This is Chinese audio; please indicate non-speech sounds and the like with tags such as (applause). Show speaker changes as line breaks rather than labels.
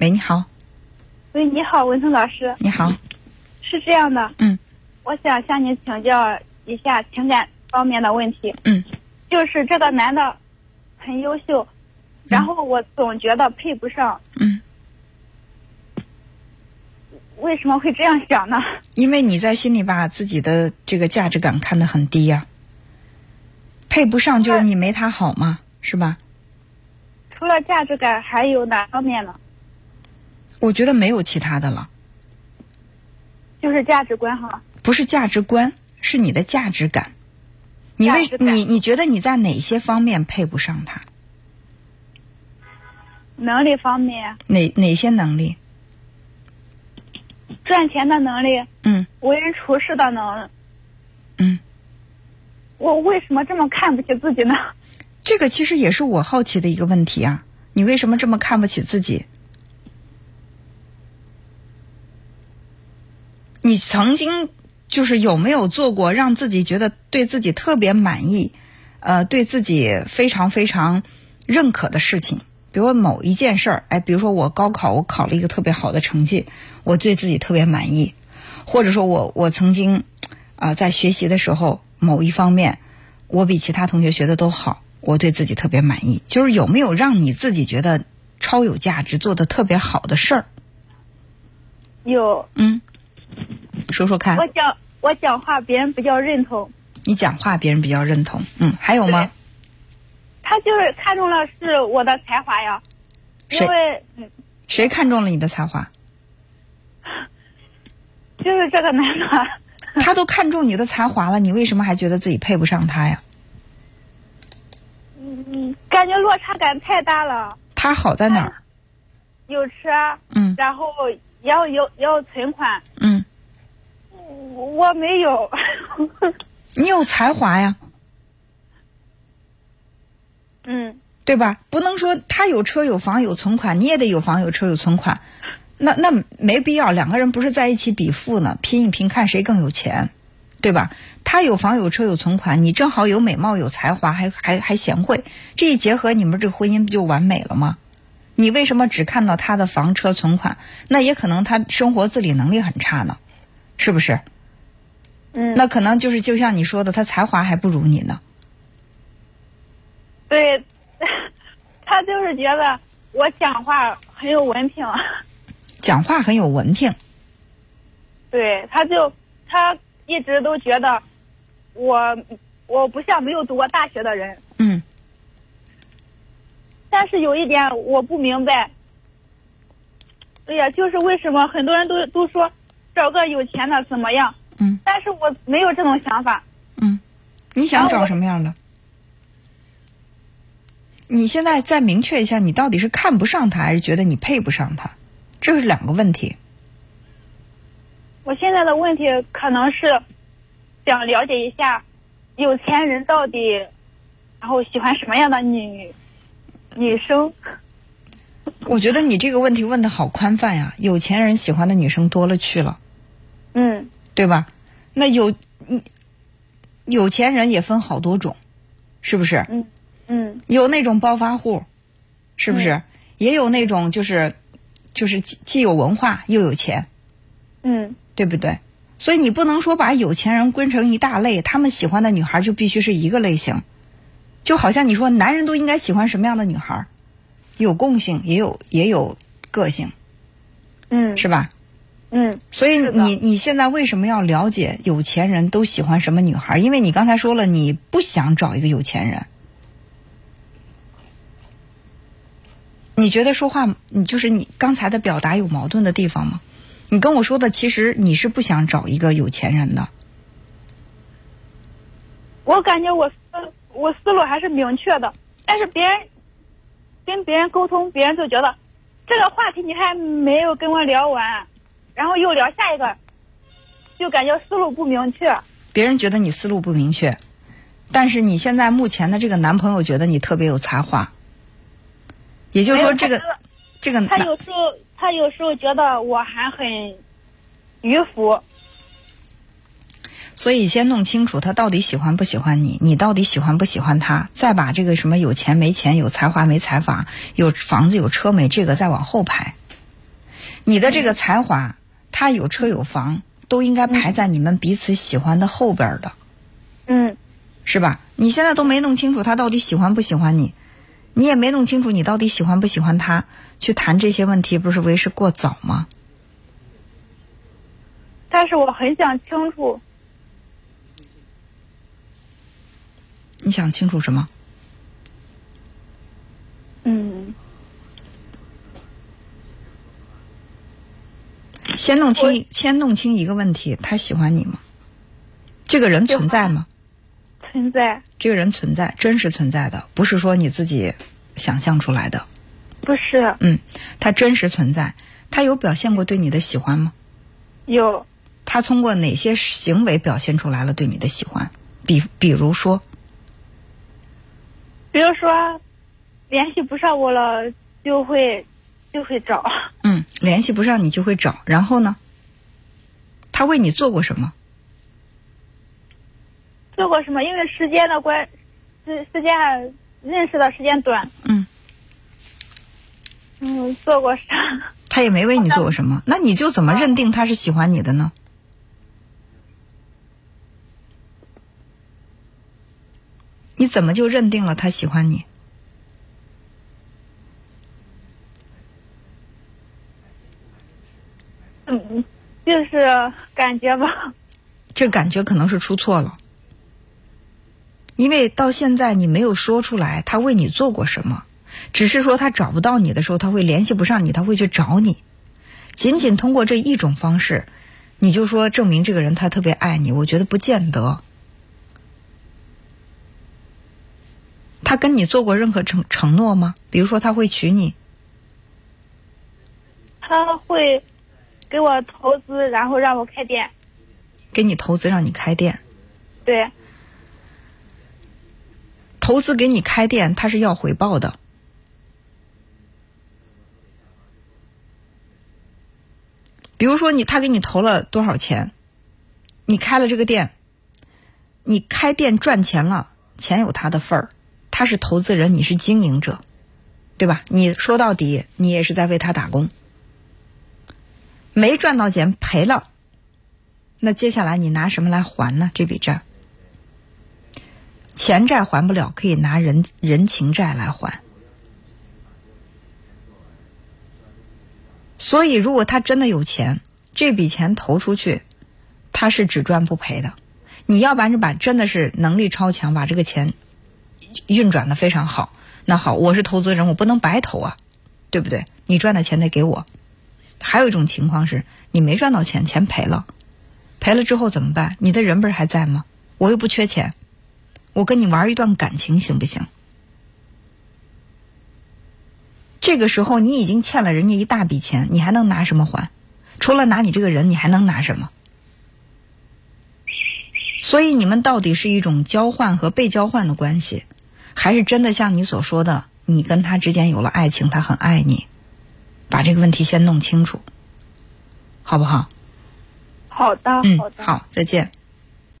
喂，你好，
喂，你好，文聪老师，
你好，
是这样的，
嗯，
我想向您请教一下情感方面的问题，
嗯，
就是这个男的很优秀，然后我总觉得配不上，
嗯，
为什么会这样想呢？ (laughs)
因为你在心里把自己的这个价值感看得很低呀、配不上就是你没他好嘛，是吧？
除了价值感，还有哪方面呢？
我觉得没有其他的了，
就是价值观哈，
不是价值观，是你的价值感。你为
价值感
你你觉得你在哪些方面配不上他？
能力方面，
哪哪些能力？
赚钱的能力，
嗯，
为人处事的能力，
嗯，
我为什么这么看不起自己呢？ (laughs)
这个其实也是我好奇的一个问题啊。你为什么这么看不起自己？你曾经就是有没有做过让自己觉得对自己特别满意，呃，对自己非常非常认可的事情？比如某一件事儿，哎，比如说我高考，我考了一个特别好的成绩，我对自己特别满意，或者说我我曾经啊、在学习的时候某一方面，我比其他同学学的都好，我对自己特别满意。就是有没有让你自己觉得超有价值、做的特别好的事儿？
有，
嗯，说说看
我，讲我讲话别人比较认同，
你讲话别人比较认同。嗯，还有吗？
他就是看中了是我的才华呀，因
谁
为嗯
谁看中了你的才华？
就是这个男的，
他都看中你的才华了，你为什么还觉得自己配不上他呀？
嗯，感觉落差感太大了，
他好在哪儿？
有车，
嗯
然后也要有也要存款，
嗯，
我我没有， (laughs)
你有才华呀，
嗯，
对吧？不能说他有车有房有存款，你也得有房有车有存款，那那没必要。两个人不是在一起比富呢，拼一拼看谁更有钱，对吧？他有房有车有存款，你正好有美貌有才华，还还还贤惠，这一结合，你们这个婚姻不就完美了吗？你为什么只看到他的房车存款？那也可能他生活自理能力很差呢，是不是？
嗯
那可能就是就像你说的，他才华还不如你呢。
对，他就是觉得我讲话很有文凭， (laughs)
讲话很有文凭，
对，他就他一直都觉得我我不像没有读过大学的人，
嗯，
但是有一点我不明白，哎呀，就是为什么很多人都都说找个有钱的怎么样？
嗯，
但是我没有这种想法，
你
然
想
后
找
我
什么样的？你现在再明确一下，你到底是看不上他，还是觉得你配不上他？这是两个问题。
我现在的问题可能是想了解一下有钱人到底，然后喜欢什么样的女女生？
我觉得你这个问题问的好宽泛呀，有钱人喜欢的女生多了去了，
嗯，
对吧？那有你有钱人也分好多种，是不是？
嗯
有那种暴发户，是不是？也有那种就是就是既既有文化又有钱，
嗯，
对不对？所以你不能说把有钱人归成一大类，他们喜欢的女孩就必须是一个类型。就好像你说男人都应该喜欢什么样的女孩，有共性，也有也有个性，
嗯
是吧？
嗯，
所以
是的
你你现在为什么要了解有钱人都喜欢什么女孩？因为你刚才说了，你不想找一个有钱人。你觉得说话，你就是你刚才的表达有矛盾的地方吗？你跟我说的，其实你是不想找一个有钱人的，
我感觉我思我思路还是明确的，但是别人跟别人沟通，别人就觉得这个话题你还没有跟我聊完，然后又聊下一个，就感觉思路不明确。
别人觉得你思路不明确，但是你现在目前的这个男朋友觉得你特别有才华，也就是说，这个
没有
这个
哎他
男
有时候他有时候觉得我还很迂腐，
所以先弄清楚他到底喜欢不喜欢你，你到底喜欢不喜欢他，再把这个什么有钱没钱、有才华没才华、有房子有车没这个再往后排，你的
嗯
这个才华，他有车有房，都应该排在你们彼此喜欢的后边儿的，
嗯
是吧？你现在都没弄清楚他到底喜欢不喜欢你，你也没弄清楚你到底喜欢不喜欢他，去谈这些问题不是为时过早吗？
但是我很想清楚，
你想清楚什么？
嗯，
先弄清，先弄清一个问题：他喜欢你吗？这个人存在吗？
存在
这个人存在，真实存在的，不是说你自己想象出来的。
不是
他真实存在，他有表现过对你的喜欢吗？
有
他通过哪些行为表现出来了对你的喜欢？比比如说，
比如说联系不上我了，就会就会找，
嗯，联系不上你就会找，然后呢？他为你做过什么？
做过什么？因为时间的关，时时间认识的时间短，
嗯
嗯，做过啥？
他也没为你做过什么，那你就怎么认定他是喜欢你的呢？你怎么就认定了他喜欢你？
嗯，就是感觉吧， (laughs)
这感觉可能是出错了，因为到现在你没有说出来他为你做过什么，只是说他找不到你的时候，他会联系不上你，他会去找你。仅仅通过这一种方式，你就说证明这个人他特别爱你，我觉得不见得。他跟你做过任何承承诺吗？比如说他会娶你，
他会给我投资，然后让我开店，
给你投资让你开店，
对，
投资给你开店，他是要回报的。比如说你，他给你投了多少钱，你开了这个店，你开店赚钱了，钱有他的份儿，他是投资人，你是经营者，对吧？你说到底，你也是在为他打工，没赚到钱赔了，那接下来你拿什么来还呢？这笔债？钱债还不了，可以拿人人情债来还。所以，如果他真的有钱，这笔钱投出去，他是只赚不赔的。你要不然就把真的是能力超强，把这个钱运转的非常好。那好，我是投资人，我不能白投啊，对不对？你赚的钱得给我。还有一种情况是你没赚到钱，钱赔了，赔了之后怎么办？你的人不是还在吗？我又不缺钱，我跟你玩一段感情行不行？这个时候你已经欠了人家一大笔钱，你还能拿什么还？除了拿你这个人，你还能拿什么？所以你们到底是一种交换和被交换的关系，还是真的像你所说的，你跟他之间有了爱情，他很爱你？把这个问题先弄清楚，好不好？
好的，
嗯
好，的，
好，再见。